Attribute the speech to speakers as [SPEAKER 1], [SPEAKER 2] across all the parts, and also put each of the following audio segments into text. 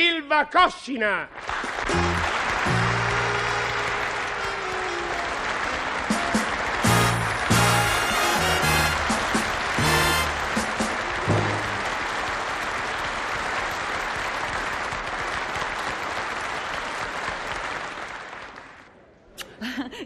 [SPEAKER 1] Silva Coscina.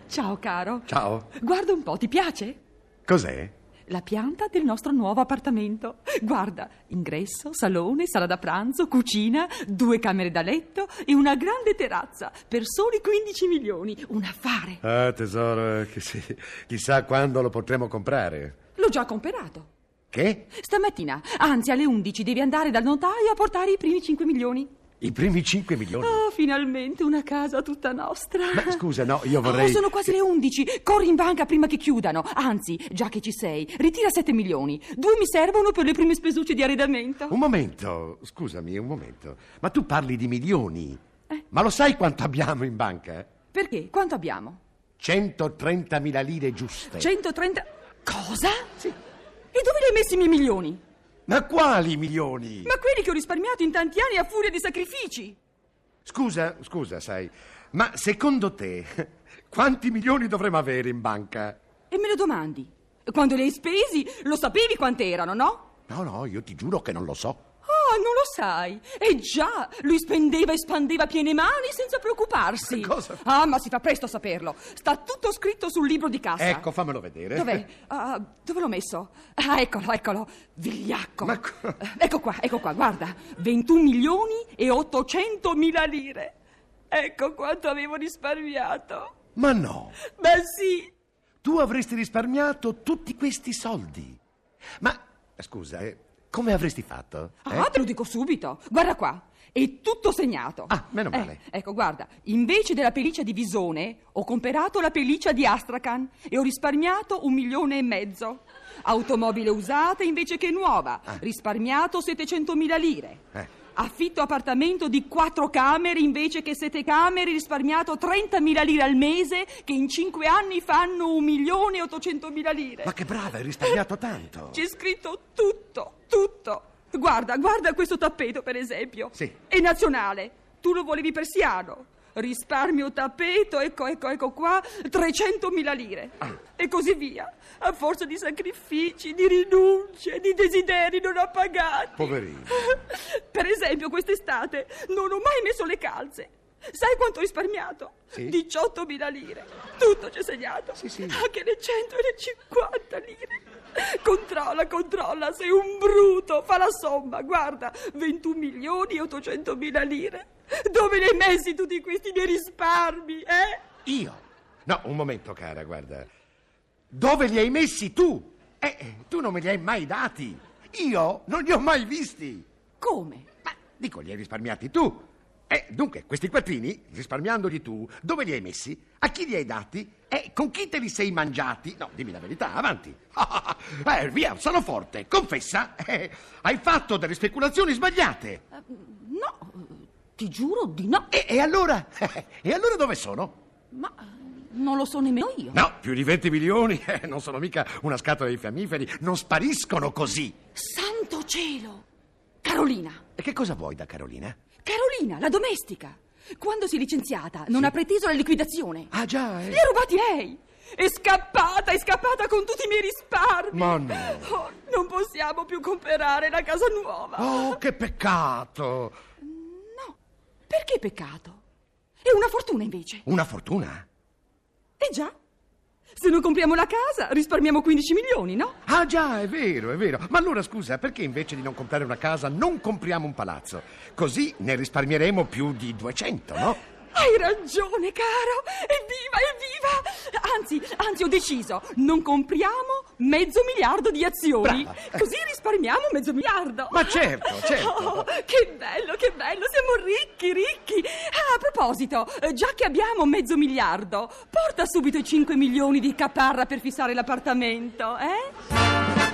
[SPEAKER 2] Ciao caro.
[SPEAKER 3] Ciao.
[SPEAKER 2] Guarda un po', ti piace?
[SPEAKER 3] Cos'è?
[SPEAKER 2] La pianta del nostro nuovo appartamento. Guarda, ingresso, salone, sala da pranzo, cucina, due camere da letto e una grande terrazza per soli 15 milioni. Un affare.
[SPEAKER 3] Ah, tesoro, eh, che sì. chissà quando lo potremo comprare.
[SPEAKER 2] L'ho già comperato.
[SPEAKER 3] Che?
[SPEAKER 2] Stamattina, anzi alle 11, devi andare dal notaio a portare i primi 5 milioni.
[SPEAKER 3] I primi 5 milioni?
[SPEAKER 2] Oh, finalmente una casa tutta nostra.
[SPEAKER 3] Ma scusa, no, io vorrei...
[SPEAKER 2] Oh, sono quasi le 11. Corri in banca prima che chiudano. Anzi, già che ci sei, ritira 7 milioni. Due mi servono per le prime spesucce di arredamento.
[SPEAKER 3] Un momento, scusami, un momento. Ma tu parli di milioni.
[SPEAKER 2] Eh.
[SPEAKER 3] Ma lo sai quanto abbiamo in banca?
[SPEAKER 2] Perché? Quanto abbiamo?
[SPEAKER 3] 130.000 lire giuste.
[SPEAKER 2] Cioè- 130. Cosa? Sì. E dove li hai messi i miei milioni?
[SPEAKER 3] Ma quali milioni?
[SPEAKER 2] Ma quelli che ho risparmiato in tanti anni a furia di sacrifici.
[SPEAKER 3] Scusa, scusa, sai, ma secondo te quanti milioni dovremmo avere in banca?
[SPEAKER 2] E me lo domandi. Quando li hai spesi, lo sapevi quant'erano, no?
[SPEAKER 3] No, no, io ti giuro che non lo so.
[SPEAKER 2] Oh, non lo sai. E già, lui spendeva e spandeva a piene mani senza preoccuparsi.
[SPEAKER 3] Cosa?
[SPEAKER 2] Ah, ma si fa presto a saperlo. Sta tutto scritto sul libro di casa.
[SPEAKER 3] Ecco, fammelo vedere.
[SPEAKER 2] Dov'è? Ah, dove l'ho messo? Ah, eccolo, eccolo. Vigliacco.
[SPEAKER 3] Ma co-
[SPEAKER 2] Eh, Ecco qua, ecco qua, guarda. 21 milioni e 800 mila lire. Ecco quanto avevo risparmiato.
[SPEAKER 3] Ma no,
[SPEAKER 2] Beh sì,
[SPEAKER 3] tu avresti risparmiato tutti questi soldi. Ma, scusa, eh, come avresti fatto? eh?
[SPEAKER 2] Ah, te lo dico subito. Guarda qua. È tutto segnato.
[SPEAKER 3] Ah, meno male.
[SPEAKER 2] Eh, ecco, guarda, invece della pelliccia di visone ho comperato la pelliccia di Astrakhan e ho risparmiato un milione e mezzo. Automobile usata invece che nuova, risparmiato 700.000 lire.
[SPEAKER 3] Ah. Eh.
[SPEAKER 2] Affitto appartamento di quattro camere invece che sette camere, risparmiato 30.000 lire al mese che in cinque anni fanno un milione e 800.000 lire.
[SPEAKER 3] Ma che brava, hai risparmiato tanto.
[SPEAKER 2] C'è scritto tutto, tutto. Guarda, guarda questo tappeto, per esempio.
[SPEAKER 3] Sì.
[SPEAKER 2] È nazionale. Tu lo volevi persiano. Risparmio tappeto, ecco, ecco, ecco qua, 300.000 lire. E così via. A forza di sacrifici, di rinunce, di desideri non appagati.
[SPEAKER 3] Poverino.
[SPEAKER 2] eh. Per esempio, quest'estate non ho mai messo le calze. Sai quanto ho risparmiato?
[SPEAKER 3] Sì.
[SPEAKER 2] 18.000 lire. Tutto c'è segnato.
[SPEAKER 3] Sì, sì.
[SPEAKER 2] Anche le 150 lire. Controlla, controlla, sei un bruto. Fa la somma, guarda. 21 milioni e 800.000 lire. Dove li hai messi tutti questi miei risparmi, eh?
[SPEAKER 3] Io? No, un momento, cara, guarda. Dove li hai messi tu? Eh, eh, tu non me li hai mai dati. Io non li ho mai visti.
[SPEAKER 2] Come?
[SPEAKER 3] Ma dico, li hai risparmiati tu. Eh, dunque, questi quattrini, risparmiandoli tu, dove li hai messi? A chi li hai dati? E con chi te li sei mangiati? No, dimmi la verità, avanti. eh, via, sono forte, confessa. Eh, hai fatto delle speculazioni sbagliate.
[SPEAKER 2] Eh, No, ti giuro di no.
[SPEAKER 3] E, e allora? e allora dove sono?
[SPEAKER 2] Ma non lo so nemmeno io.
[SPEAKER 3] No, più di 20 milioni eh, non sono mica una scatola di fiammiferi, non spariscono così.
[SPEAKER 2] Santo cielo! Carolina!
[SPEAKER 3] E che cosa vuoi da Carolina?
[SPEAKER 2] Carolina, la domestica. Quando si è licenziata, non ha preteso la liquidazione.
[SPEAKER 3] Ah già,
[SPEAKER 2] Li ha rubati lei. È scappata, è scappata con tutti i miei risparmi.
[SPEAKER 3] Ma no.
[SPEAKER 2] Oh, non possiamo più comprare la casa nuova.
[SPEAKER 3] Oh, che peccato!
[SPEAKER 2] No. Perché peccato? È una fortuna invece.
[SPEAKER 3] Una fortuna?
[SPEAKER 2] Eh già. Se non compriamo la casa, risparmiamo 15 milioni, no?
[SPEAKER 3] Ah già, è vero, è vero. Ma allora scusa, perché invece di non comprare una casa non compriamo un palazzo? Così ne risparmieremo più di 200, no?
[SPEAKER 2] Hai ragione, caro. Evviva, evviva. Anzi, anzi, ho deciso. Non compriamo mezzo miliardo di azioni.
[SPEAKER 3] Brava.
[SPEAKER 2] Così risparmiamo mezzo miliardo.
[SPEAKER 3] Ma certo, certo.
[SPEAKER 2] Oh, che bello, che bello. Siamo ricchi, ricchi. Ah, a proposito, eh, già che abbiamo mezzo miliardo, porta subito i 5 milioni di caparra per fissare l'appartamento, eh?